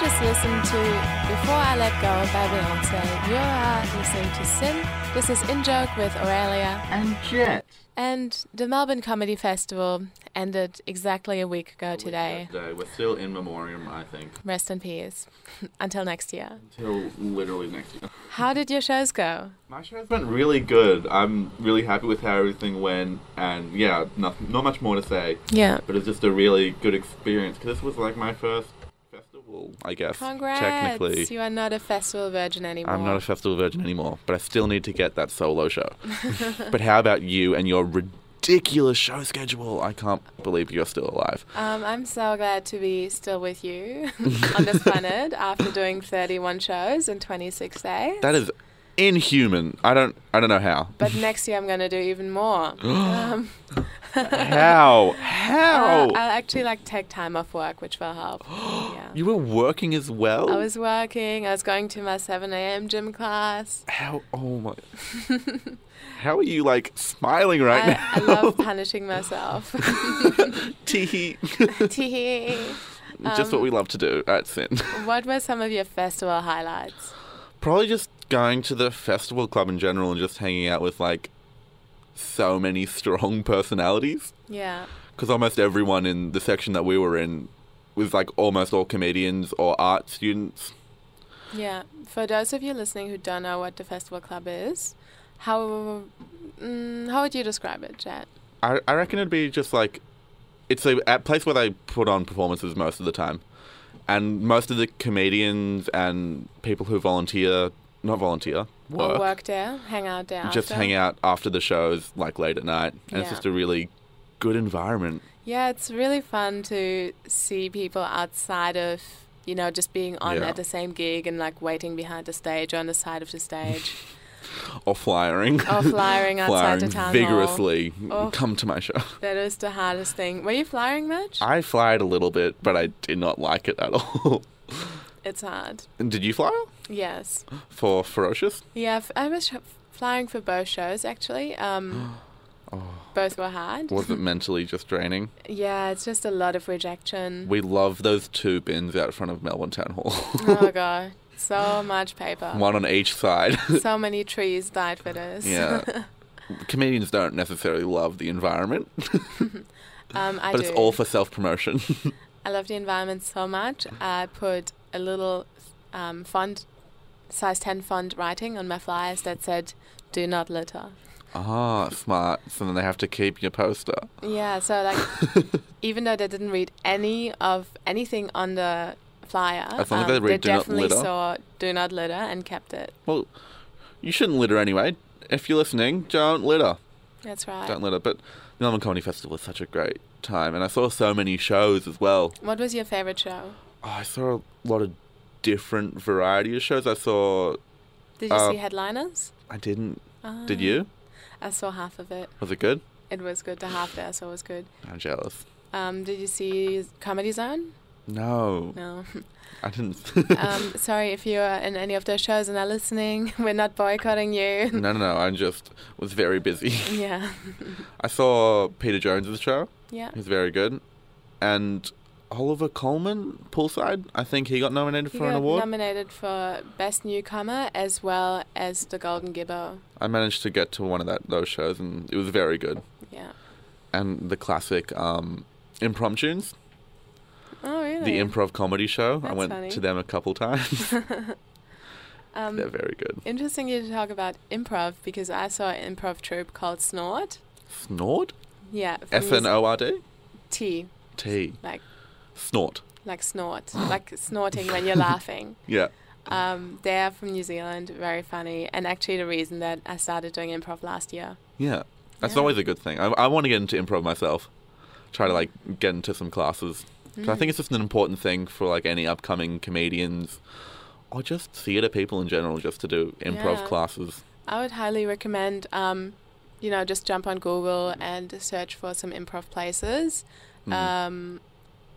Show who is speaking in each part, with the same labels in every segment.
Speaker 1: just listened to Before I Let Go by Beyonce. You are listening to Sin. This is In Joke with Aurelia.
Speaker 2: And Jet.
Speaker 1: And the Melbourne Comedy Festival ended exactly a week ago today.
Speaker 2: Today. We're still in memoriam, I think,
Speaker 1: Rest in peace. Until next year.
Speaker 2: till literally next year.
Speaker 1: How did your shows go?
Speaker 2: My show's been really good. I'm really happy with how everything went, and yeah, nothing, not much more to say.
Speaker 1: Yeah.
Speaker 2: But it's just a really good experience because this was like my first festival, I guess.
Speaker 1: Congrats.
Speaker 2: Technically,
Speaker 1: You are not a festival virgin anymore.
Speaker 2: I'm not a festival virgin anymore, but I still need to get that solo show. but how about you and your ridiculous show schedule? I can't believe you're still alive.
Speaker 1: Um, I'm so glad to be still with you on this planet after doing 31 shows in 26 days.
Speaker 2: That is inhuman. I don't. I don't know how.
Speaker 1: but next year I'm going to do even more. um,
Speaker 2: How?
Speaker 1: uh,
Speaker 2: How?
Speaker 1: I'll actually like take time off work, which will help. yeah.
Speaker 2: you were working as well.
Speaker 1: I was working. I was going to my 7 a.m. gym class.
Speaker 2: How? Oh my. how are you like smiling right
Speaker 1: I,
Speaker 2: now?
Speaker 1: I love punishing myself.
Speaker 2: Teehee.
Speaker 1: Teehee.
Speaker 2: just what we love to do at Sin.
Speaker 1: What were some of your festival highlights?
Speaker 2: Probably just going to the festival club in general and just hanging out with like so many strong personalities.
Speaker 1: Yeah.
Speaker 2: because almost everyone in the section that we were in was like almost all comedians or art students.
Speaker 1: Yeah. For those of you listening who don't know what the festival club is, how mm, how would you describe it, Jet?
Speaker 2: I, I reckon it'd be just like it's a, a place where they put on performances most of the time, and most of the comedians and people who volunteer, not volunteer,
Speaker 1: Or
Speaker 2: work,
Speaker 1: work there, hang out there.
Speaker 2: just
Speaker 1: after?
Speaker 2: hang out after the shows like late at night, and it's
Speaker 1: Yeah.
Speaker 2: just a really good environment.
Speaker 1: Yeah, it's really fun to see people outside of you know just being on
Speaker 2: Yeah.
Speaker 1: at the same gig and like waiting behind the stage or on the side of the stage
Speaker 2: Or flyering,
Speaker 1: or flyering outside
Speaker 2: flyering
Speaker 1: the town hall.
Speaker 2: vigorously.
Speaker 1: Oh.
Speaker 2: Come to my show.
Speaker 1: That is the hardest thing. Were you flyering much?
Speaker 2: I flied a little bit, but I did not like it at all.
Speaker 1: it's hard.
Speaker 2: And Did you fly
Speaker 1: Yes.
Speaker 2: for Ferocious?
Speaker 1: Yeah, f- I was sh- flying for both shows actually. Um,
Speaker 2: Oh.
Speaker 1: Both were hard.
Speaker 2: Was it mentally just draining?
Speaker 1: Yeah, it's just a lot of rejection.
Speaker 2: We love those two bins out front of Melbourne Town Hall.
Speaker 1: oh god, so much paper.
Speaker 2: One on each side.
Speaker 1: So many trees died for this.
Speaker 2: yeah. Comedians don't necessarily love the environment,
Speaker 1: Um, I
Speaker 2: but
Speaker 1: do.
Speaker 2: it's all for self promotion.
Speaker 1: I love the environment so much. I put a little um, font, size 10 font writing on my flyers that said, do not litter.
Speaker 2: ah, smart. So then they have to keep your poster.
Speaker 1: Yeah, so like, even though they didn't read any of anything on the flyer, um,
Speaker 2: As long as they read "Do not
Speaker 1: definitely
Speaker 2: litter."
Speaker 1: saw do not litter and kept it.
Speaker 2: Well, you shouldn't litter anyway. If you're listening, don't litter.
Speaker 1: That's right.
Speaker 2: Don't litter. But the Melbourne Comedy Festival was such a great time, and I saw so many shows as well.
Speaker 1: What was your favorite show?
Speaker 2: Oh, I saw a lot of different variety of shows. I saw.
Speaker 1: Did you
Speaker 2: Uh,
Speaker 1: see Headliners? Um,
Speaker 2: I didn't.
Speaker 1: Mm.
Speaker 2: Did you?
Speaker 1: I saw half of it.
Speaker 2: Was it good?
Speaker 1: It was good. The half there, so it was good.
Speaker 2: I'm jealous.
Speaker 1: Um, did you see Comedy Zone?
Speaker 2: No,
Speaker 1: No.
Speaker 2: I didn't.
Speaker 1: Um, sorry if you're in any of those shows and are listening. We're not boycotting you.
Speaker 2: no, no, no. I just was very busy.
Speaker 1: yeah.
Speaker 2: I saw Peter Jones's show.
Speaker 1: Yeah.
Speaker 2: It was very good, and Oliver Coleman poolside. I think he got nominated
Speaker 1: He
Speaker 2: for an
Speaker 1: got
Speaker 2: award.
Speaker 1: nominated for Best Newcomer as well as the Golden Gibbo.
Speaker 2: I managed to get to one of that those shows, and it was very good.
Speaker 1: Yeah.
Speaker 2: And the classic um, impromptu's.
Speaker 1: Oh, really?
Speaker 2: the improv comedy show. I
Speaker 1: That's
Speaker 2: went
Speaker 1: funny.
Speaker 2: to them a couple times. They're
Speaker 1: um,
Speaker 2: very good.
Speaker 1: interesting you to talk about improv because I saw an improv troupe called Snort.
Speaker 2: Snort?
Speaker 1: Yeah. from
Speaker 2: S N O R D?
Speaker 1: T,
Speaker 2: T.
Speaker 1: like
Speaker 2: Snort.
Speaker 1: like snort, like snorting when you're laughing.
Speaker 2: Yeah.
Speaker 1: Um, they're from New Zealand, very funny, and actually the reason that I started doing improv last year.
Speaker 2: Yeah. That's
Speaker 1: Yeah.
Speaker 2: always a good thing. I, I want to get into improv myself. Try to like get into some classes. So I
Speaker 1: Mm.
Speaker 2: think it's just an important thing for like any upcoming comedians or just theatre people in general just to do improv
Speaker 1: Yeah.
Speaker 2: classes.
Speaker 1: I would highly recommend, um, you know, just jump on Google and search for some improv places.
Speaker 2: Mm.
Speaker 1: Um,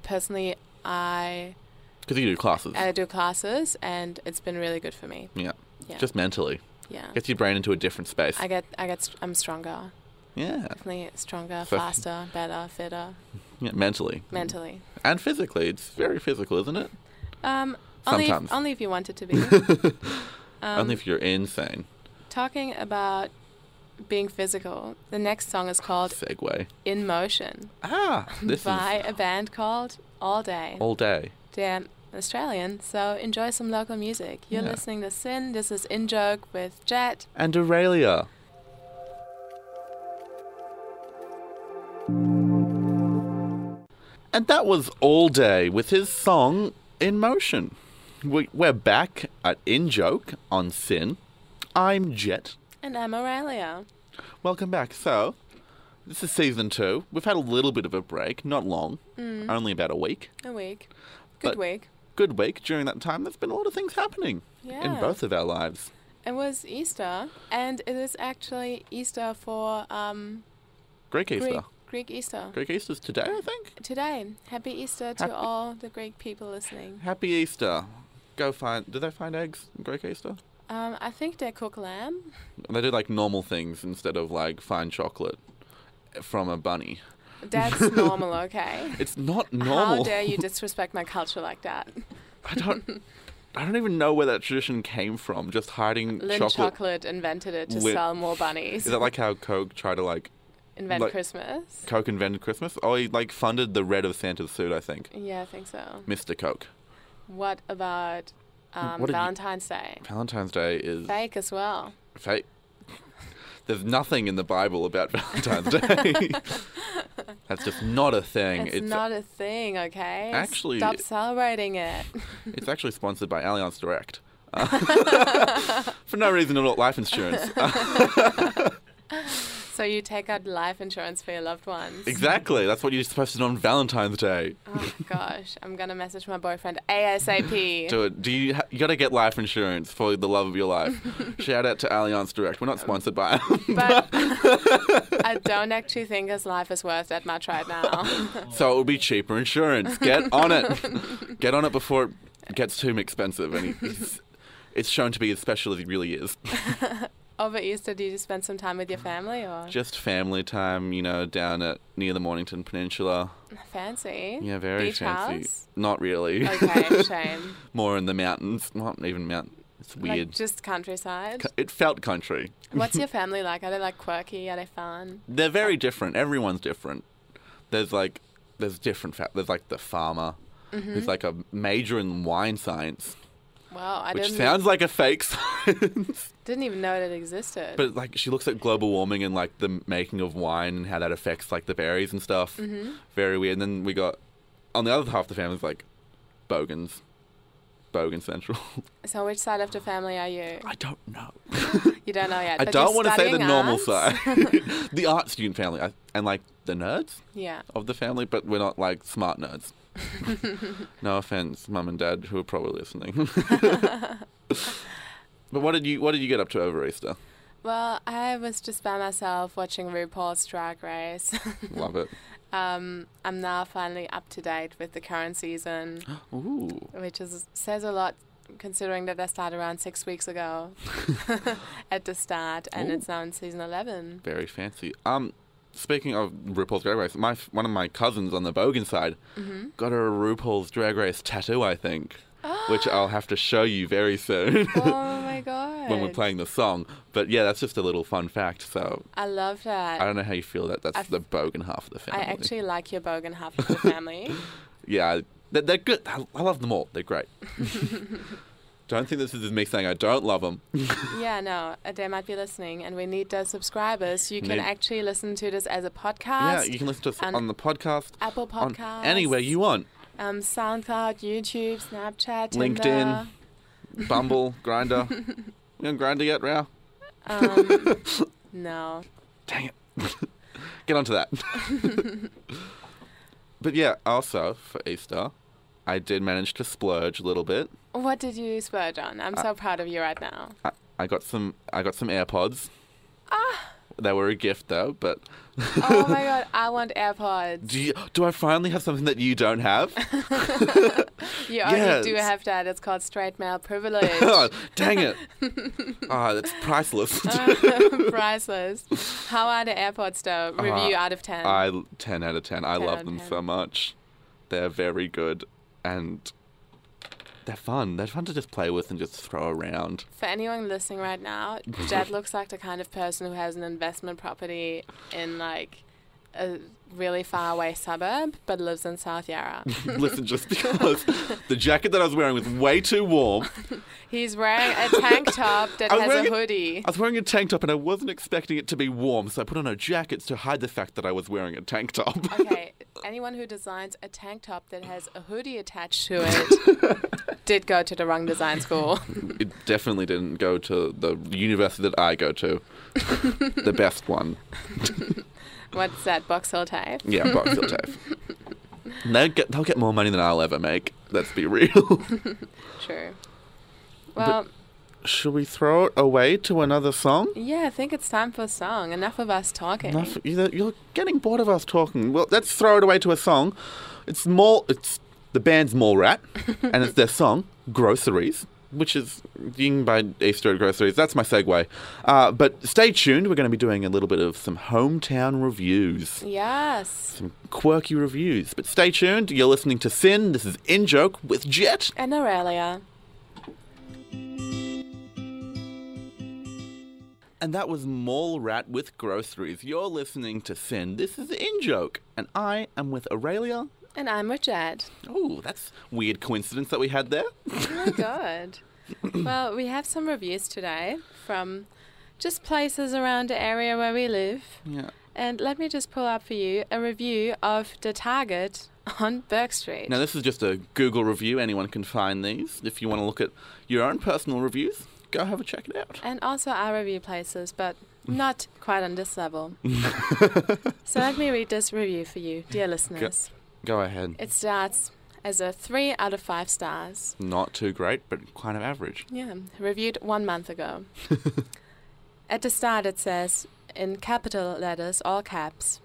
Speaker 1: personally, I
Speaker 2: Because you do classes.
Speaker 1: I do classes, and it's been really good for me.
Speaker 2: yeah.
Speaker 1: yeah.
Speaker 2: Just mentally.
Speaker 1: Yeah,
Speaker 2: Gets your brain into a different space.
Speaker 1: I get I get st- I'm stronger,
Speaker 2: yeah.
Speaker 1: definitely stronger,
Speaker 2: So-
Speaker 1: faster, better, fitter
Speaker 2: yeah. Mentally.
Speaker 1: mentally.
Speaker 2: And physically. It's very physical, isn't it?
Speaker 1: Um, Only
Speaker 2: Sometimes.
Speaker 1: if, only if you want it to be. Um,
Speaker 2: Only if you're insane.
Speaker 1: Talking about being physical, the next song is called
Speaker 2: Segway.
Speaker 1: In Motion
Speaker 2: Ah, this
Speaker 1: by
Speaker 2: is
Speaker 1: a band called All Day.
Speaker 2: all day.
Speaker 1: They're Australian, so enjoy some local music. You're
Speaker 2: Yeah.
Speaker 1: listening to Sin. This is In Joke with Jet.
Speaker 2: And Aurelia. And that was All Day with his song In Motion. We- We're back at In Joke on Sin. I'm Jet.
Speaker 1: And I'm Aurelia.
Speaker 2: Welcome back. So, this is season two. We've had a little bit of a break, not long,
Speaker 1: Mm.
Speaker 2: only about a week.
Speaker 1: A week. Good
Speaker 2: But-
Speaker 1: week.
Speaker 2: Good week. During that time, there's been a lot of things happening in
Speaker 1: Yeah.
Speaker 2: both of our lives.
Speaker 1: It was Easter, and it is actually Easter for um,
Speaker 2: Greek Easter.
Speaker 1: Greek, Greek Easter.
Speaker 2: Greek Easter's today, I think.
Speaker 1: Today, happy Easter to
Speaker 2: Happy-
Speaker 1: all the Greek people listening.
Speaker 2: Happy Easter. Go find. Do they find eggs in Greek Easter?
Speaker 1: Um, I think they cook lamb.
Speaker 2: They do like normal things instead of like fine chocolate from a bunny.
Speaker 1: That's normal, okay?
Speaker 2: It's not normal.
Speaker 1: How dare you disrespect my culture like that?
Speaker 2: I don't. I don't even know where that tradition came from. Just hiding
Speaker 1: Lynn
Speaker 2: chocolate.
Speaker 1: Chocolate, invented it to
Speaker 2: Lin-
Speaker 1: sell more bunnies.
Speaker 2: Is that like how Coke tried to like
Speaker 1: Invent
Speaker 2: like-
Speaker 1: Christmas?
Speaker 2: Coke invented Christmas? Oh, he like funded the red of Santa's suit. I think
Speaker 1: Yeah, I think so.
Speaker 2: Mr. Coke.
Speaker 1: What about um,
Speaker 2: What did you-
Speaker 1: Valentine's Day?
Speaker 2: Valentine's Day is
Speaker 1: Fake as well.
Speaker 2: fake. There's nothing in the Bible about Valentine's Day. That's just not a thing.
Speaker 1: It's, not a thing, okay?
Speaker 2: Actually-
Speaker 1: Stop celebrating it.
Speaker 2: It's actually sponsored by Allianz Direct. Uh, for no reason at all, life insurance. Uh,
Speaker 1: So you take out life insurance for your loved ones.
Speaker 2: exactly. That's what you're supposed to do on Valentine's Day.
Speaker 1: Oh gosh, I'm gonna message my boyfriend ASAP.
Speaker 2: Do it. Do you? Ha- you got to get life insurance for the love of your life. Shout out to Allianz Direct. We're not sponsored by.
Speaker 1: but I don't actually think his life is worth that much right now.
Speaker 2: so it would be cheaper insurance. Get on it. get on it before it gets too expensive. And he- he's, it's shown to be as special as he really is.
Speaker 1: Over Easter, did you spend some time with your family or
Speaker 2: Just family time, you know, down at near the Mornington Peninsula.
Speaker 1: fancy?
Speaker 2: Yeah, very
Speaker 1: Beach
Speaker 2: fancy.
Speaker 1: house?
Speaker 2: Not really.
Speaker 1: Okay, shame.
Speaker 2: more in the mountains. Not even mountain. It's
Speaker 1: Like
Speaker 2: weird.
Speaker 1: just countryside.
Speaker 2: C It felt country.
Speaker 1: What's your family like? Are they like quirky? Are they fun?
Speaker 2: They're very different. Everyone's different. There's like there's different. Fa- there's like the farmer
Speaker 1: Hmm.
Speaker 2: who's like a major in wine science,
Speaker 1: Wow, I
Speaker 2: which
Speaker 1: didn't
Speaker 2: sounds like a fake science.
Speaker 1: didn't even know that it existed.
Speaker 2: but like she looks at global warming and like the making of wine and how that affects like the berries and stuff.
Speaker 1: Mm. Mm-hmm.
Speaker 2: Very weird. And then we got on the other half of the family's like Bogans. Bogan Central.
Speaker 1: so which side of the family are you?
Speaker 2: I don't know.
Speaker 1: You don't know yet.
Speaker 2: I
Speaker 1: but
Speaker 2: don't
Speaker 1: you're
Speaker 2: want to say the
Speaker 1: studying
Speaker 2: normal
Speaker 1: arts?
Speaker 2: side, the art student family, I, and like the nerds
Speaker 1: Yeah.
Speaker 2: of the family, but we're not like smart nerds. no offense, mum and dad, who are probably listening. but what did you what did you get up to over Easter?
Speaker 1: Well, I was just by myself watching RuPaul's Drag Race.
Speaker 2: Love it.
Speaker 1: um, I'm now finally up to date with the current season,
Speaker 2: Ooh,
Speaker 1: which is says a lot considering that I started around six weeks ago at the start, and
Speaker 2: Ooh.
Speaker 1: it's now in season eleven.
Speaker 2: very fancy. Um, speaking of RuPaul's Drag Race, my one of my cousins on the Bogan side
Speaker 1: Mm-hmm.
Speaker 2: got her a RuPaul's Drag Race tattoo, I think, which uh, I'll have to show you very soon.
Speaker 1: Oh my god!
Speaker 2: when we're playing the song. But yeah, that's just a little fun fact. So
Speaker 1: I love that.
Speaker 2: I don't know how you feel that that's
Speaker 1: I've-
Speaker 2: the bogan half of the
Speaker 1: I
Speaker 2: family.
Speaker 1: actually like your bogan half of the family.
Speaker 2: yeah, I- they're, they're good. I, I love them all. They're great. don't think this is me saying I don't love them.
Speaker 1: yeah, no, uh, they might be listening, and we need those subscribers. You can
Speaker 2: Need-
Speaker 1: actually listen to this as a
Speaker 2: yeah,
Speaker 1: podcast,
Speaker 2: you can listen to us
Speaker 1: and
Speaker 2: on the podcast,
Speaker 1: Apple
Speaker 2: on
Speaker 1: Podcast,
Speaker 2: anywhere you want.
Speaker 1: um, SoundCloud, YouTube, Snapchat,
Speaker 2: LinkedIn.
Speaker 1: Tinder.
Speaker 2: Bumble, Grinder. You on Grinder yet, Rao?
Speaker 1: Um, no.
Speaker 2: Dang it. Get onto that. but yeah, also for Easter, I did manage to splurge a little bit.
Speaker 1: What did you splurge on? I'm
Speaker 2: Uh,
Speaker 1: so proud of you right now.
Speaker 2: I, I got some I got some AirPods.
Speaker 1: Ah.
Speaker 2: They were a gift though, but
Speaker 1: Oh my god, I want AirPods.
Speaker 2: do you, do I finally have something that you don't have?
Speaker 1: You already do
Speaker 2: Yes.
Speaker 1: have that. It's called straight male privilege.
Speaker 2: God, Oh, dang it. Ah, that's priceless.
Speaker 1: Priceless. How are the AirPods though? Review out of 10.
Speaker 2: Uh, I 10 out of 10. I
Speaker 1: 10 out
Speaker 2: love
Speaker 1: of
Speaker 2: them
Speaker 1: 10.
Speaker 2: so much. They're very good and They're fun. They're fun to just play with and just throw around.
Speaker 1: For anyone listening right now,
Speaker 2: Mm-hmm.
Speaker 1: Jed looks like the kind of person who has an investment property in like a really far away suburb, but lives in South Yarra.
Speaker 2: Listen, just because the jacket that I was wearing was way too warm,
Speaker 1: He's wearing a tank top that
Speaker 2: I was
Speaker 1: has a
Speaker 2: wearing a-
Speaker 1: hoodie.
Speaker 2: I was wearing a tank top and I wasn't expecting it to be warm, so I put on a jacket to hide the fact that I was wearing a tank top.
Speaker 1: Okay, anyone who designs a tank top that has a hoodie attached to it did go to the wrong design school.
Speaker 2: it definitely didn't go to the university that I go to, the best one.
Speaker 1: What's that, Box Hill Tape?
Speaker 2: Yeah, Boxfield TAFE. And They'll get, they'll get more money than I'll ever make. Let's be real.
Speaker 1: True.
Speaker 2: But-
Speaker 1: Well,
Speaker 2: Should we throw it away to another song?
Speaker 1: yeah, I think it's time for a song. Enough of us talking.
Speaker 2: Enough, you're, you're getting bored of us talking. Well, let's throw it away to a song. It's more. It's the band's Mall Rat, and it's their song "Groceries," which is Ying by Easter at Groceries. That's my segue. Uh, but stay tuned. We're going to be doing a little bit of some hometown reviews.
Speaker 1: Yes.
Speaker 2: Some quirky reviews, but stay tuned. You're listening to Sin. This is In Joke with Jet.
Speaker 1: And Aurelia.
Speaker 2: And that was Mall Rat with Groceries. You're listening to Sin. This is In Joke. And I am with Aurelia.
Speaker 1: And I'm with Jed.
Speaker 2: Oh, that's weird coincidence that we had there.
Speaker 1: Oh, good. well, we have some reviews today from just places around the area where we live.
Speaker 2: Yeah.
Speaker 1: And let me just pull up for you a review of the Target on Burke Street.
Speaker 2: Now, this is just a Google review. Anyone can find these. If you want to look at your own personal reviews, go have a check it out.
Speaker 1: And also I review places, but not quite on this level. so let me read this review for you, dear listeners.
Speaker 2: Go ahead.
Speaker 1: It starts as a three out of five stars.
Speaker 2: Not too great, but kind of average.
Speaker 1: Yeah, reviewed one month ago. At the start, it says in capital letters, all caps,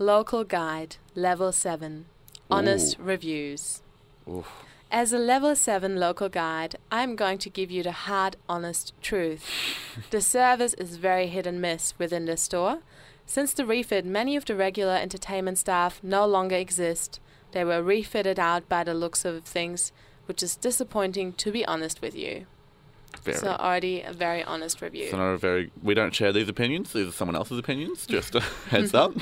Speaker 1: local guide, level 7, honest reviews.
Speaker 2: Oof.
Speaker 1: As a level 7 local guide, I'm going to give you the hard, honest truth. the service is very hit and miss within the store. Since the refit, many of the regular entertainment staff no longer exist. They were refitted out by the looks of things, which is disappointing to be honest with you.
Speaker 2: Very.
Speaker 1: So already a very honest review.
Speaker 2: So not a very. We don't share these opinions. These are someone else's opinions. Just a heads up.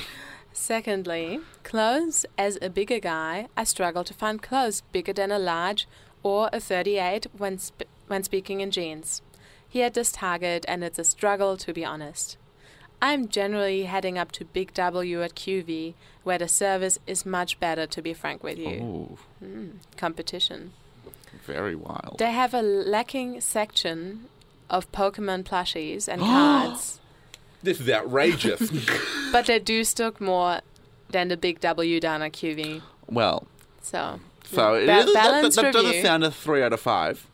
Speaker 1: Secondly, clothes as a bigger guy, I struggle to find clothes bigger than a large or a 38 when sp- when speaking in jeans. Here at this target, and it's a struggle to be honest. I'm generally heading up to Big W at QV, where the service is much better. To be frank with you, Hmm,
Speaker 2: Ooh,
Speaker 1: competition.
Speaker 2: very wild.
Speaker 1: They have a lacking section of Pokemon plushies and cards.
Speaker 2: This is outrageous.
Speaker 1: But they do stock more than the big W down at QV.
Speaker 2: well,
Speaker 1: So,
Speaker 2: so it
Speaker 1: Ba-
Speaker 2: is- that, that,
Speaker 1: balanced
Speaker 2: that doesn't
Speaker 1: review.
Speaker 2: sound a three out of five.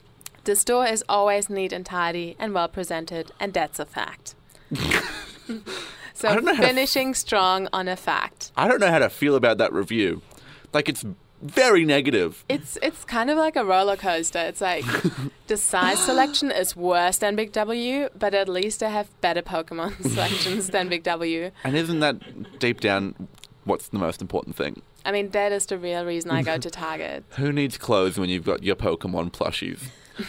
Speaker 1: the store is always neat and tidy and well presented, and that's a fact.
Speaker 2: I
Speaker 1: so,
Speaker 2: don't know how to f-
Speaker 1: finishing strong on a fact.
Speaker 2: I don't know how to feel about that review. Like it's very negative.
Speaker 1: It's it's kind of like a roller coaster. It's like the size selection is worse than Big W, but at least they have better Pokemon selections than Big W.
Speaker 2: And isn't that deep down what's the most important thing?
Speaker 1: I mean, that is the real reason I go to Target.
Speaker 2: Who needs clothes when you've got your Pokemon plushies?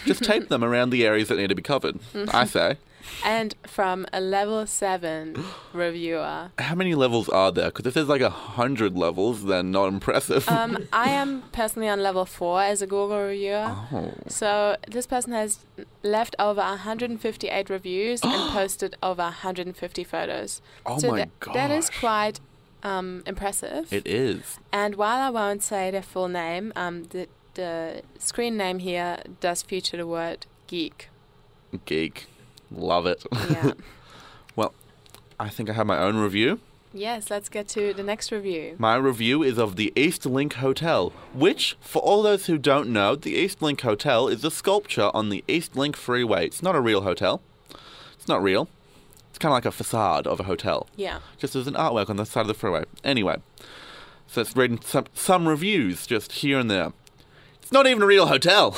Speaker 2: Just tape them around the areas that need to be covered.
Speaker 1: Mm-hmm.
Speaker 2: I say.
Speaker 1: And from a level seven reviewer,
Speaker 2: How many levels are there? Because if there's like a hundred levels, then not impressive.
Speaker 1: Um, I am personally on level four as a Google reviewer.
Speaker 2: oh.
Speaker 1: So this person has left over 158 reviews and posted over 150 photos.
Speaker 2: Oh
Speaker 1: so
Speaker 2: my
Speaker 1: tha- that is
Speaker 2: gosh.
Speaker 1: quite um, impressive.
Speaker 2: It is.
Speaker 1: and while I won't say their full name, um, the, the screen name here does feature the word geek.
Speaker 2: Geek. Love it.
Speaker 1: Yeah.
Speaker 2: I think I have my own review.
Speaker 1: yes, let's get to the next review.
Speaker 2: My review is of the East Link Hotel, which, for all those who don't know, the East Link Hotel is a sculpture on the East Link Freeway. It's not a real hotel. It's not real. It's kind of like a facade of a hotel,
Speaker 1: Yeah.
Speaker 2: just as an artwork on the side of the freeway. Anyway, so it's reading some, some reviews just here and there. It's not even a real hotel.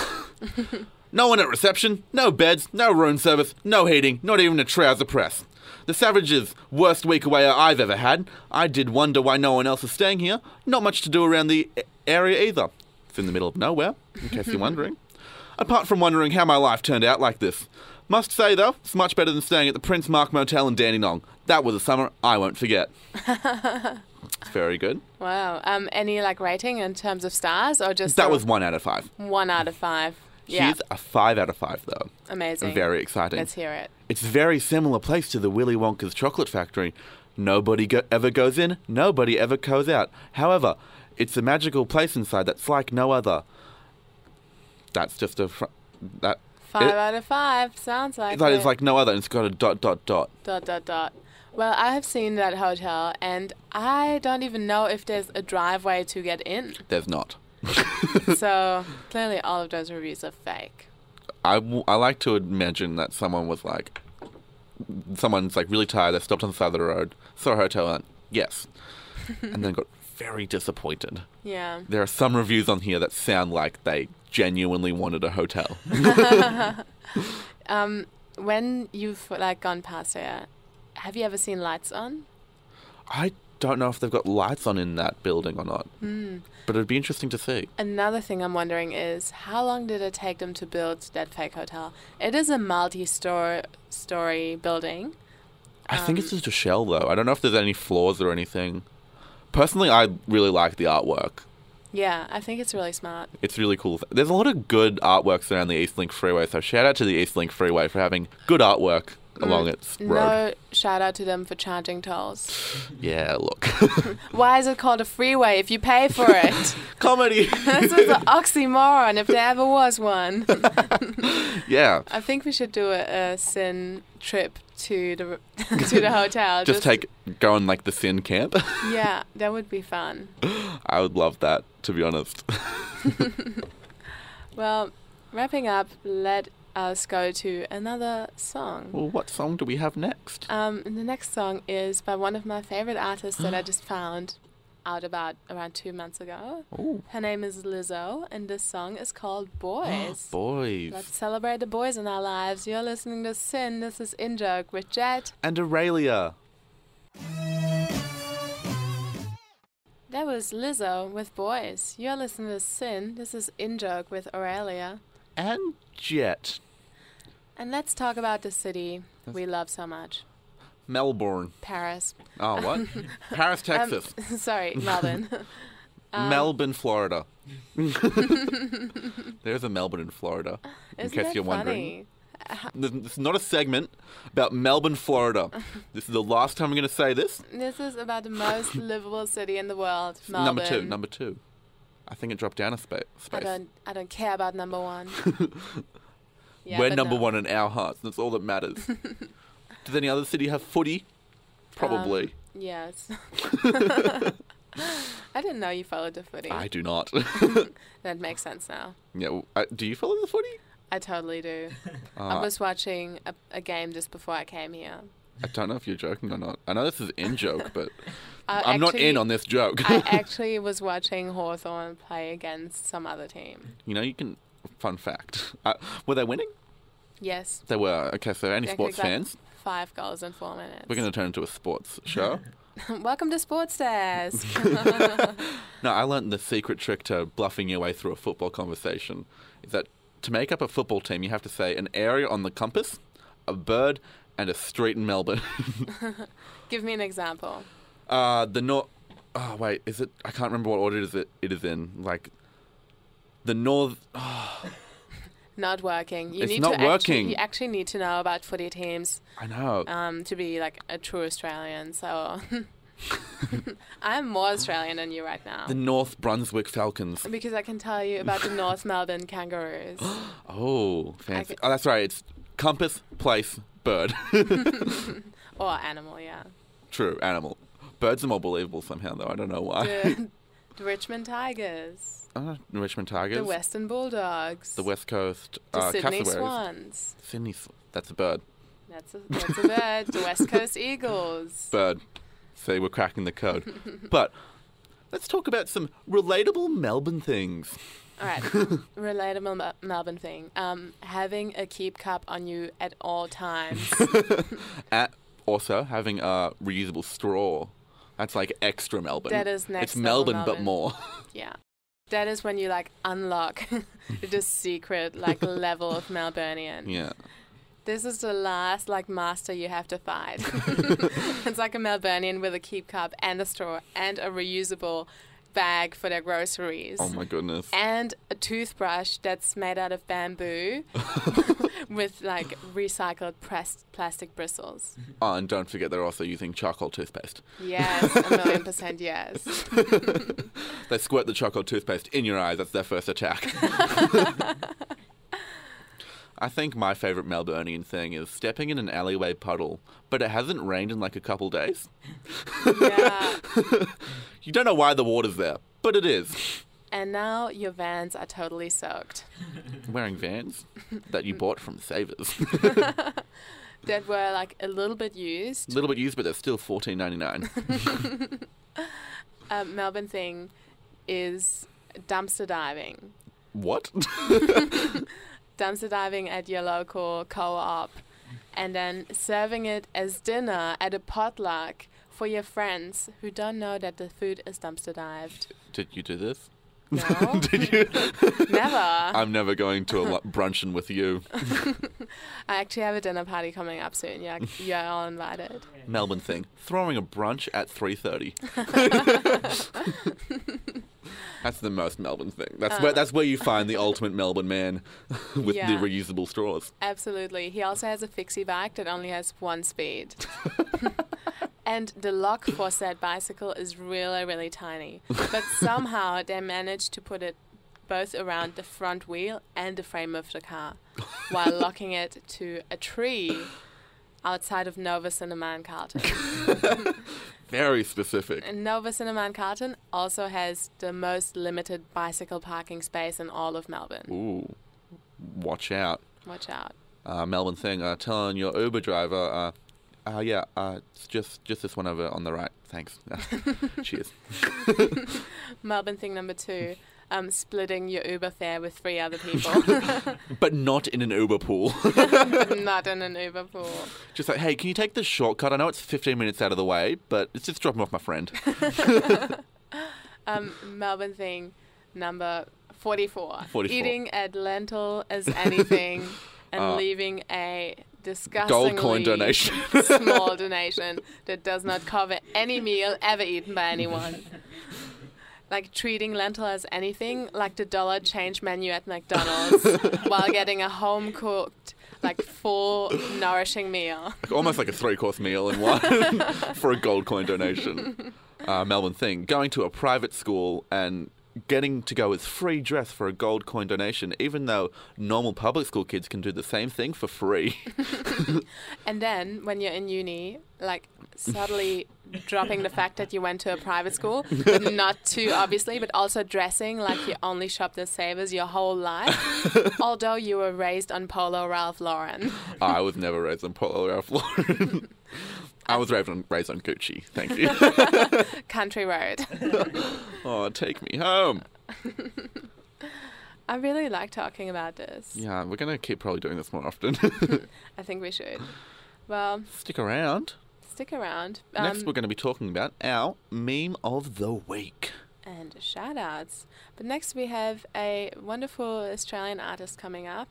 Speaker 2: no one at reception, no beds, no room service, no heating, not even a trouser press. The Savages' worst week away I've ever had. I did wonder why no one else is staying here. Not much to do around the a- area either. It's in the middle of nowhere, in case you're wondering. Apart from wondering how my life turned out like this. Must say, though, it's much better than staying at the Prince Mark Motel in Dandenong. That was a summer I won't forget. It's Very good.
Speaker 1: Wow. Um, any like rating in terms of stars or just
Speaker 2: That
Speaker 1: sort
Speaker 2: was
Speaker 1: of
Speaker 2: one out of five.
Speaker 1: one out of five? Yeah,
Speaker 2: She's a five out of five, though.
Speaker 1: amazing.
Speaker 2: Very exciting.
Speaker 1: Let's hear it.
Speaker 2: It's very similar place to the Willy Wonka's chocolate factory. Nobody go- ever goes in, nobody ever goes out. However, it's a magical place inside that's like no other. That's just a fr- that
Speaker 1: Five
Speaker 2: It-
Speaker 1: out of five sounds like
Speaker 2: that
Speaker 1: it.
Speaker 2: is like no other. And it's got a dot dot dot.
Speaker 1: dot dot dot. Well, I have seen that hotel, and I don't even know if there's a driveway to get in.
Speaker 2: There's not.
Speaker 1: so clearly, all of those reviews are fake.
Speaker 2: I, w- I like to imagine that someone was like, someone's like really tired. They stopped on the side of the road, saw a hotel, and yes, and then got very disappointed.
Speaker 1: Yeah.
Speaker 2: There are some reviews on here that sound like they genuinely wanted a hotel.
Speaker 1: Um, when you've like gone past there, have you ever seen lights on?
Speaker 2: I don't know if they've got lights on in that building or not, but it'd be interesting to see.
Speaker 1: Another thing I'm wondering is how long did it take them to build that fake hotel? It is a multi-story building.
Speaker 2: I think it's just a shell, though. I don't know if there's any floors or anything. Personally, I really like the artwork.
Speaker 1: Yeah, I think it's really smart.
Speaker 2: It's really cool. There's a lot of good artworks around the East Link Freeway, so shout out to the East Link Freeway for having good artwork along its road.
Speaker 1: Mm, No shout out to them for charging tolls.
Speaker 2: Yeah, look.
Speaker 1: Why is it called a freeway if you pay for it?
Speaker 2: Comedy!
Speaker 1: this is an oxymoron if there ever was one.
Speaker 2: yeah.
Speaker 1: I think we should do a, a sin trip to the to the hotel.
Speaker 2: Just take, go on like the Sin camp.
Speaker 1: Yeah, that would be fun.
Speaker 2: I would love that, to be honest.
Speaker 1: Well, wrapping up, let us go to another song.
Speaker 2: Well, what song do we have next?
Speaker 1: Um, and the next song is by one of my favorite artists that I just found out about around two months ago.
Speaker 2: Ooh.
Speaker 1: Her name is Lizzo, and this song is called Boys.
Speaker 2: Boys.
Speaker 1: Let's celebrate the boys in our lives. You're listening to Sin. This is In Joke with Jet.
Speaker 2: And Aurelia.
Speaker 1: That was Lizzo with Boys. You're listening to Sin. This is In Joke with Aurelia.
Speaker 2: and Jet.
Speaker 1: And let's talk about the city we love so much
Speaker 2: Melbourne.
Speaker 1: Paris.
Speaker 2: Oh, what? Paris, Texas.
Speaker 1: Um, sorry, Melbourne. Um,
Speaker 2: Melbourne, Florida. There's a Melbourne in Florida. In
Speaker 1: Isn't
Speaker 2: case
Speaker 1: it
Speaker 2: you're wondering.
Speaker 1: funny?
Speaker 2: This this is not a segment about Melbourne, Florida. This is the last time I'm going to say this.
Speaker 1: This is about the most livable city in the world, Melbourne.
Speaker 2: Number two. Number two. I think it dropped down a spa-
Speaker 1: I
Speaker 2: space.
Speaker 1: don't, I don't care about number one. Yeah,
Speaker 2: We're
Speaker 1: but
Speaker 2: number
Speaker 1: no.
Speaker 2: one in our hearts. That's all that matters. Does any other city have footy? Probably.
Speaker 1: Um, Yes. I didn't know you followed the footy.
Speaker 2: I do not.
Speaker 1: That makes sense now.
Speaker 2: yeah. well, I- do you follow the footy?
Speaker 1: I totally do. I
Speaker 2: Uh,
Speaker 1: was watching a, a game just before I came here.
Speaker 2: I don't know if you're joking or not. I know this is in joke, but
Speaker 1: I
Speaker 2: I'm not in
Speaker 1: Uh, actually-
Speaker 2: on this joke.
Speaker 1: I actually was watching Hawthorn play against some other team.
Speaker 2: you know, you can. Fun fact: uh, Were they winning?
Speaker 1: Yes,
Speaker 2: They were. Okay, so any
Speaker 1: Yeah,
Speaker 2: sports
Speaker 1: exact-
Speaker 2: fans,
Speaker 1: five goals in four minutes.
Speaker 2: we're going to turn into a sports show.
Speaker 1: Welcome to Sports Desk.
Speaker 2: no, I learned the secret trick to bluffing your way through a football conversation is that to make up a football team, you have to say an area on the compass, a bird, and a street in Melbourne.
Speaker 1: Give me an example.
Speaker 2: Uh, the nor. Oh wait, is it? I can't remember what order it is. It, it is in like. The north.
Speaker 1: Not working. You
Speaker 2: It's
Speaker 1: need
Speaker 2: not
Speaker 1: to actu-
Speaker 2: working.
Speaker 1: you actually need to know about footy teams
Speaker 2: I know.
Speaker 1: um, to be like a true Australian. So I'm more Australian than you right now
Speaker 2: The North Brunswick Falcons.
Speaker 1: because I can tell you about the North Melbourne Kangaroos.
Speaker 2: Oh, fancy.
Speaker 1: could-
Speaker 2: Oh, that's right. It's compass, place, bird.
Speaker 1: Or animal, yeah.
Speaker 2: True, animal. Birds are more believable somehow, though. I don't know why.
Speaker 1: The, the Richmond Tigers,
Speaker 2: Uh, Richmond Tigers.
Speaker 1: the Western Bulldogs,
Speaker 2: the West Coast.
Speaker 1: the
Speaker 2: uh,
Speaker 1: Sydney
Speaker 2: Cassowaries.
Speaker 1: Swans.
Speaker 2: Sydney Sw- That's a bird.
Speaker 1: That's a, that's a bird. the West Coast Eagles.
Speaker 2: Bird. See, we're cracking the code. but let's talk about some relatable Melbourne things.
Speaker 1: All right, relatable Mel- Melbourne thing. Um, having a keep cup on you at all times.
Speaker 2: At also having a reusable straw. That's like extra Melbourne.
Speaker 1: That is next
Speaker 2: It's
Speaker 1: level
Speaker 2: Melbourne, but
Speaker 1: Melbourne.
Speaker 2: more.
Speaker 1: yeah. that is when you like unlock the secret like level of Melburnian.
Speaker 2: Yeah.
Speaker 1: This is the last like master you have to fight. it's like a Melburnian with a keep cup and a straw and a reusable bag for their groceries.
Speaker 2: Oh my goodness.
Speaker 1: and a toothbrush that's made out of bamboo with like recycled pressed plastic bristles.
Speaker 2: Oh, and don't forget they're also using charcoal toothpaste.
Speaker 1: Yes, a million percent yes.
Speaker 2: They squirt the charcoal toothpaste in your eyes. That's their first attack. I think my favourite Melburnian thing is stepping in an alleyway puddle, but it hasn't rained in like a couple days.
Speaker 1: Yeah.
Speaker 2: You don't know why the water's there, but it is.
Speaker 1: And now your vans are totally soaked.
Speaker 2: Wearing vans that you bought from Savers.
Speaker 1: That were like a little bit used.
Speaker 2: A little bit used, but they're still fourteen ninety nine.
Speaker 1: A Melbourne thing is dumpster diving.
Speaker 2: What?
Speaker 1: Dumpster diving at your local co op and then serving it as dinner at a potluck for your friends who don't know that the food is dumpster dived.
Speaker 2: Did you do this?
Speaker 1: No,
Speaker 2: Did you?
Speaker 1: never. i
Speaker 2: I'm never going to a lu- brunchin' with you.
Speaker 1: actually have a dinner party coming up soon. Yeah, you're all invited.
Speaker 2: Melbourne thing. Throwing a brunch at 3:30. that's the most Melbourne thing. That's where that's where you find the ultimate Melbourne man with the
Speaker 1: Uh. Yeah.
Speaker 2: reusable straws.
Speaker 1: Absolutely. He also has a fixie bike that only has one speed. and the lock for said bicycle is really, really tiny. But somehow they managed to put it both around the front wheel and the frame of the car while locking it to a tree outside of Nova Cinema in Carlton.
Speaker 2: Very specific.
Speaker 1: And Nova Cinema in Carlton also has the most limited bicycle parking space in all of Melbourne.
Speaker 2: Ooh. Watch out.
Speaker 1: Watch out.
Speaker 2: Uh, Melbourne thing. Uh, telling your Uber driver uh, uh yeah, uh it's just just this one over on the right. Thanks. cheers.
Speaker 1: Melbourne thing number two, um, splitting your Uber fare with three other people,
Speaker 2: But not in an Uber pool.
Speaker 1: not in an Uber pool.
Speaker 2: just like, "Hey, can you take this shortcut? I know it's 15 minutes out of the way, but it's just dropping off my friend."
Speaker 1: Um, Melbourne thing number 44,
Speaker 2: 44.
Speaker 1: eating at lentil as anything and
Speaker 2: Uh,
Speaker 1: leaving a disgustingly
Speaker 2: Gold coin donation.
Speaker 1: small donation that does not cover any meal ever eaten by anyone. Like treating lentil as anything, like the dollar change menu at McDonald's, while getting a home cooked, like full, nourishing meal.
Speaker 2: Like, almost like a three course meal in one for a gold coin donation. Uh, Melbourne thing going to a private school and getting to go as free dress for a gold coin donation, even though normal public school kids can do the same thing for free.
Speaker 1: And then when you're in uni, like subtly dropping the fact that you went to a private school, but not too obviously, but also dressing like you only shopped at Savers your whole life, although you were raised on Polo Ralph Lauren.
Speaker 2: I was never raised on Polo Ralph Lauren. I was raised on, raised on Gucci. Thank you.
Speaker 1: Country Road.
Speaker 2: oh, take me home.
Speaker 1: I really like talking about this.
Speaker 2: Yeah, we're going to keep probably doing this more often.
Speaker 1: I think we should. Well,
Speaker 2: Stick around.
Speaker 1: stick around. Um,
Speaker 2: Next, we're going to be talking about our meme of the week.
Speaker 1: and shout outs. But next, we have a wonderful Australian artist coming up.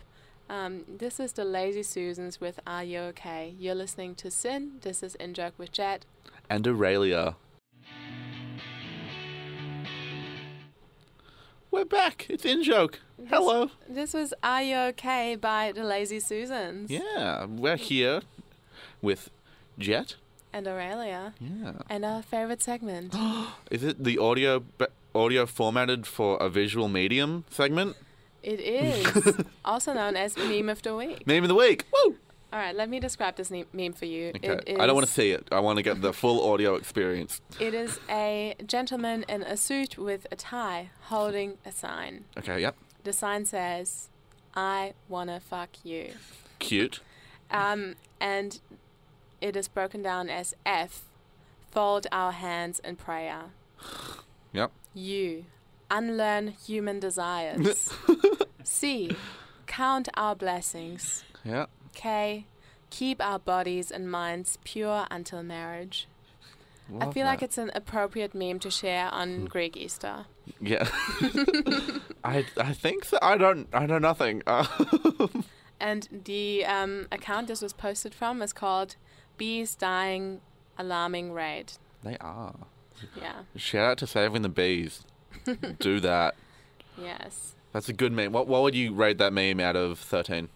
Speaker 1: Um, this is the Lazy Susans with Are You Okay? You're listening to Sin. This is In Joke with Jet.
Speaker 2: and Aurelia. We're back. It's in joke. Hello.
Speaker 1: This was Are You Okay by the Lazy Susans
Speaker 2: Yeah, we're here with Jet.
Speaker 1: and Aurelia.
Speaker 2: Yeah.
Speaker 1: And our favorite segment.
Speaker 2: Is it the audio ba- audio formatted for a visual medium segment?
Speaker 1: it is also known as Meme of the Week.
Speaker 2: Meme of the week. Woo.
Speaker 1: All right, let me describe this ne- meme for you.
Speaker 2: Okay.
Speaker 1: It is,
Speaker 2: I don't want to see it. I want to get the full audio experience.
Speaker 1: It is a gentleman in a suit with a tie holding a sign.
Speaker 2: Okay. Yep.
Speaker 1: The sign says, I wanna fuck you.
Speaker 2: Cute.
Speaker 1: Um, and it is broken down as F, fold our hands in prayer.
Speaker 2: Yep.
Speaker 1: U, unlearn human desires. C, count our blessings.
Speaker 2: Yeah.
Speaker 1: K, keep our bodies and minds pure until marriage. I
Speaker 2: Love
Speaker 1: feel like
Speaker 2: that.
Speaker 1: it's an appropriate meme to share on Greek Easter.
Speaker 2: Yeah. I I think so. I don't I know nothing. Uh,
Speaker 1: And the um, account this was posted from is called Bees Dying Alarming Rate.
Speaker 2: they are.
Speaker 1: Yeah.
Speaker 2: Shout out to saving the bees. Do that.
Speaker 1: Yes.
Speaker 2: That's a good meme. What what would you rate that meme out of thirteen?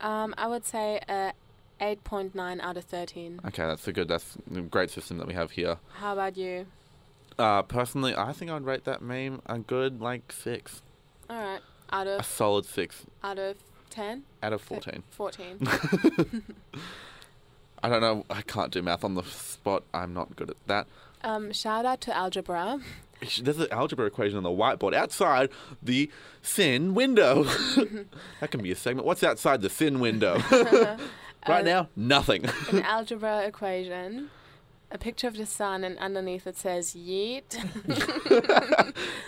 Speaker 1: Um, I would say uh, 8.9 out of 13.
Speaker 2: Okay, that's a good. That's a great system that we have here.
Speaker 1: How about you?
Speaker 2: Uh, personally, I think I'd rate that meme a good like six,
Speaker 1: All right. Out
Speaker 2: a
Speaker 1: of
Speaker 2: solid six
Speaker 1: out of 10?
Speaker 2: out of fourteen.
Speaker 1: 14.
Speaker 2: I don't know. I can't do math on the spot. I'm not good at that.
Speaker 1: Um, shout out to algebra.
Speaker 2: There's an algebra equation on the whiteboard outside the thin window. that can be a segment. What's outside the thin window? right
Speaker 1: Uh,
Speaker 2: now, nothing.
Speaker 1: An algebra equation. A picture of the sun, and underneath it says yeet.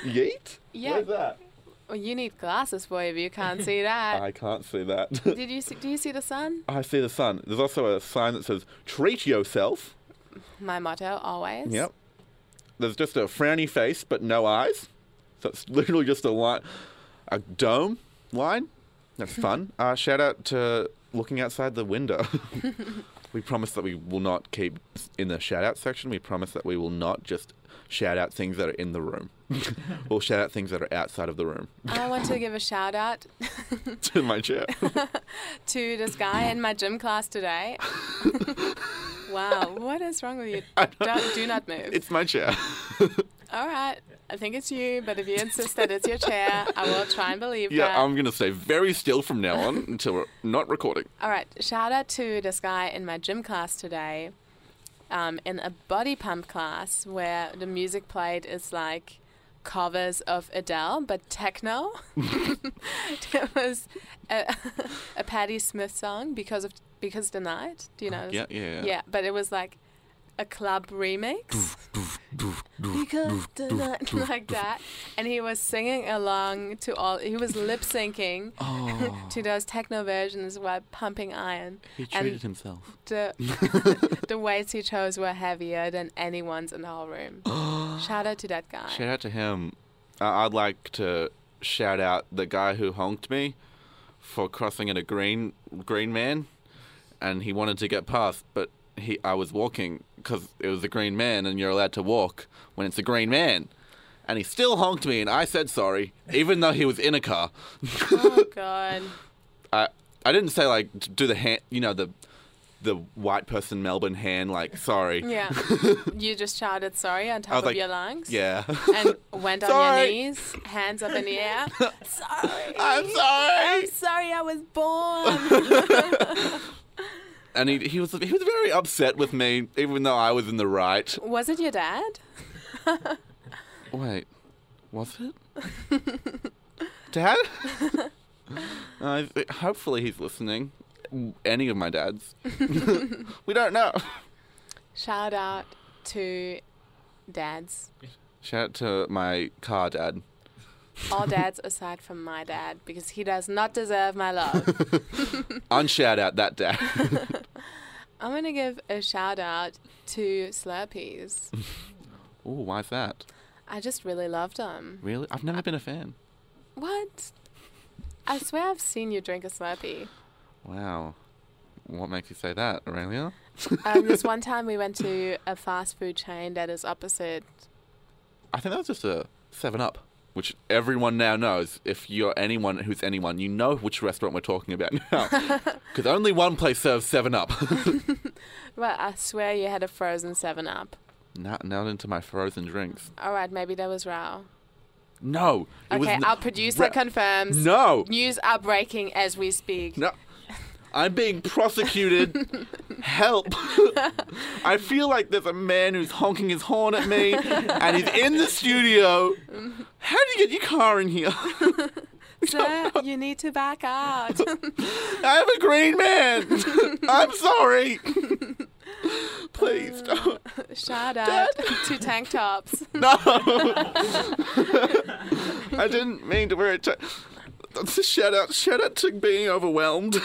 Speaker 2: Yeet.
Speaker 1: Yeah,
Speaker 2: Where's that?
Speaker 1: well, you need glasses, boy, if you can't see that.
Speaker 2: I can't see that.
Speaker 1: Did you see, do you see the sun?
Speaker 2: I see the sun. There's also a sign that says "Treat yourself."
Speaker 1: My motto always.
Speaker 2: Yep. There's just a frowny face, but no eyes. So it's literally just a line, a dome line. That's fun. uh, shout out to looking outside the window. we promise that we will not keep in the shout out section. We promise that we will not just shout out things that are in the room. we'll shout out things that are outside of the room
Speaker 1: I want to give a shout out
Speaker 2: to my chair.
Speaker 1: to this guy in my gym class today. wow, what is wrong with you? Don't, do not move.
Speaker 2: it's my chair.
Speaker 1: All right, I think it's you, but if you insist that it's your chair, I will try and believe
Speaker 2: Yeah,
Speaker 1: that.
Speaker 2: I'm going to stay very still from now on until we're not recording.
Speaker 1: All right, shout out to this guy in my gym class today, um, in a body pump class where the music played is like covers of Adele, but techno. there was a, a Patti Smith song because of because the night. Do you know?
Speaker 2: Yeah, yeah.
Speaker 1: Yeah, but it was like a club remix. because the night, like that, and he was singing along to all. He was lip syncing
Speaker 2: Oh,
Speaker 1: to those techno versions while pumping iron.
Speaker 2: he
Speaker 1: And-
Speaker 2: treated himself.
Speaker 1: The, the weights he chose were heavier than anyone's in the whole room. Shout out to that guy.
Speaker 2: Shout out to him. I I'd like to shout out the guy who honked me for crossing at a green green man, and he wanted to get past, but he I was walking because it was a green man, and you're allowed to walk when it's a green man, and he still honked me, and I said sorry, even though he was in a car.
Speaker 1: Oh God.
Speaker 2: I I didn't say like t- do the hand, you know the the white person Melbourne hand like sorry.
Speaker 1: Yeah. You just shouted sorry on
Speaker 2: I
Speaker 1: top
Speaker 2: was
Speaker 1: of
Speaker 2: like,
Speaker 1: your lungs.
Speaker 2: Yeah.
Speaker 1: And went on
Speaker 2: Sorry.
Speaker 1: your knees, hands up in the air. sorry.
Speaker 2: I'm sorry.
Speaker 1: I'm sorry I was born.
Speaker 2: and he, he was he was very upset with me, even though I was in the right.
Speaker 1: was it your dad?
Speaker 2: Wait, was it? Dad? Uh, hopefully he's listening. Any of my dads. we don't know.
Speaker 1: Shout out to dads.
Speaker 2: Shout out to my car dad.
Speaker 1: All dads aside from my dad, because he does not deserve my love.
Speaker 2: Unshout out that dad.
Speaker 1: I'm going to give a shout out to Slurpees.
Speaker 2: Ooh, why's that?
Speaker 1: I just really love them.
Speaker 2: Really? I've never been a fan.
Speaker 1: What? I swear I've seen you drink a Slurpee.
Speaker 2: Wow. What makes you say that, Aurelia?
Speaker 1: Um, this one time we went to a fast food chain that is opposite.
Speaker 2: I think that was just a 7 Up, which everyone now knows. If you're anyone who's anyone, you know which restaurant we're talking about now. Because only one place serves 7 Up.
Speaker 1: Well, I swear you had a frozen 7 up.
Speaker 2: now, now into my frozen drinks.
Speaker 1: All right, maybe that was Rao.
Speaker 2: No. it was
Speaker 1: Okay,
Speaker 2: n-
Speaker 1: our producer
Speaker 2: Ra-
Speaker 1: confirms.
Speaker 2: No.
Speaker 1: News are breaking as we speak.
Speaker 2: No. I'm being prosecuted. Help. I feel like there's a man who's honking his horn at me and he's in the studio. How do you get your car in here?
Speaker 1: Sir, you need to back out.
Speaker 2: I am a green man. I'm sorry. Please don't.
Speaker 1: Shout out to tank tops.
Speaker 2: No. I didn't mean to wear it. To- That's a shout out. Shout out to being overwhelmed.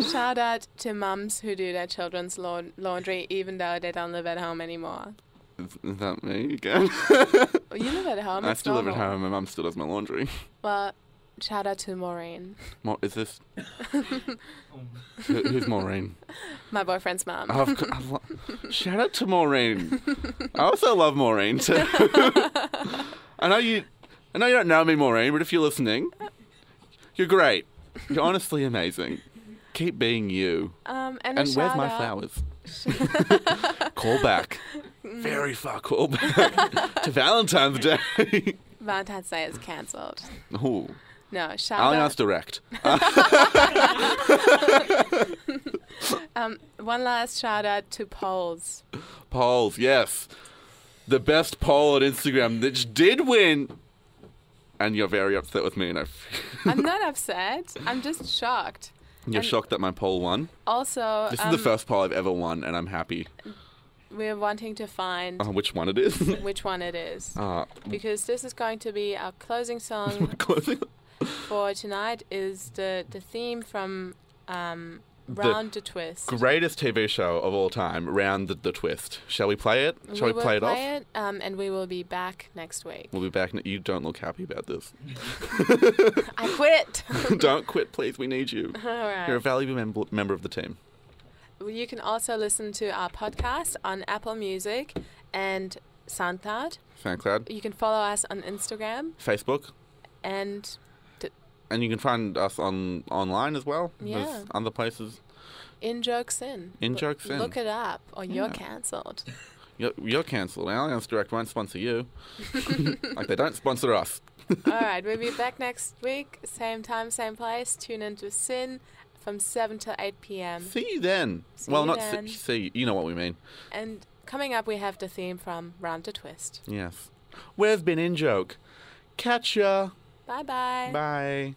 Speaker 1: Shout out to mums who do their children's laun- laundry even though they don't live at home anymore.
Speaker 2: Is, is that me again?
Speaker 1: Well, You live at home.
Speaker 2: I
Speaker 1: it's
Speaker 2: still live at
Speaker 1: normal.
Speaker 2: home. My mum still does my laundry.
Speaker 1: Well, shout out to Maureen,
Speaker 2: Mo- is this who, who's Maureen?
Speaker 1: my boyfriend's mom.
Speaker 2: Oh, of cou- I lo- shout out to Maureen. I also love Maureen too. I know you. I know you don't know me, Maureen, but if you're listening, you're great. You're honestly amazing. Keep being you.
Speaker 1: Um, and, a
Speaker 2: And where's my
Speaker 1: shout-out-
Speaker 2: flowers? call back. Very far call back to Valentine's Day.
Speaker 1: Valentine's Day is cancelled.
Speaker 2: Ooh,
Speaker 1: No, shout
Speaker 2: Allianz
Speaker 1: out.
Speaker 2: Direct.
Speaker 1: Um, one last shout out to polls.
Speaker 2: Polls, yes. The best poll on Instagram that did win. And you're very upset with me, and I,
Speaker 1: I'm not upset. I'm just shocked.
Speaker 2: you're
Speaker 1: And-
Speaker 2: shocked that my poll won.
Speaker 1: Also,
Speaker 2: This
Speaker 1: um,
Speaker 2: is the first poll I've ever won, and I'm happy.
Speaker 1: we're wanting to find
Speaker 2: Uh, which one it is?
Speaker 1: which one it is
Speaker 2: Uh,
Speaker 1: because this is going to be our closing
Speaker 2: we're
Speaker 1: song
Speaker 2: closing.
Speaker 1: for tonight. Is the the theme from um, Round to Twist?
Speaker 2: Greatest TV show of all time, Round the, the Twist. Shall we play it? Shall we,
Speaker 1: will
Speaker 2: play it off?
Speaker 1: it, um, and we will be back next week.
Speaker 2: We'll be back. n- You don't look happy about this.
Speaker 1: I quit.
Speaker 2: don't quit, please. We need you.
Speaker 1: All right.
Speaker 2: You're a valuable mem- member of the team.
Speaker 1: Well, You can also listen to our podcast on Apple Music and SoundCloud.
Speaker 2: SoundCloud,
Speaker 1: You can follow us on Instagram
Speaker 2: Facebook,
Speaker 1: and
Speaker 2: and you can find us on online as well.
Speaker 1: Yeah.
Speaker 2: There's other places.
Speaker 1: In Jokes In.
Speaker 2: In
Speaker 1: L-
Speaker 2: Jokes In.
Speaker 1: Look it up or you're
Speaker 2: Yeah.
Speaker 1: cancelled.
Speaker 2: You're, you're cancelled. Alliance Direct won't sponsor you. like they don't sponsor us.
Speaker 1: All right, we'll be back next week. Same time, same place. Tune into Sin from 7 till 8 p.m.
Speaker 2: See you then.
Speaker 1: See
Speaker 2: well,
Speaker 1: you
Speaker 2: not
Speaker 1: then.
Speaker 2: See, see. You know what we mean.
Speaker 1: And coming up, we have the theme from Round to Twist.
Speaker 2: Yes. Where's been in joke? Catch ya.
Speaker 1: Bye bye.
Speaker 2: Bye.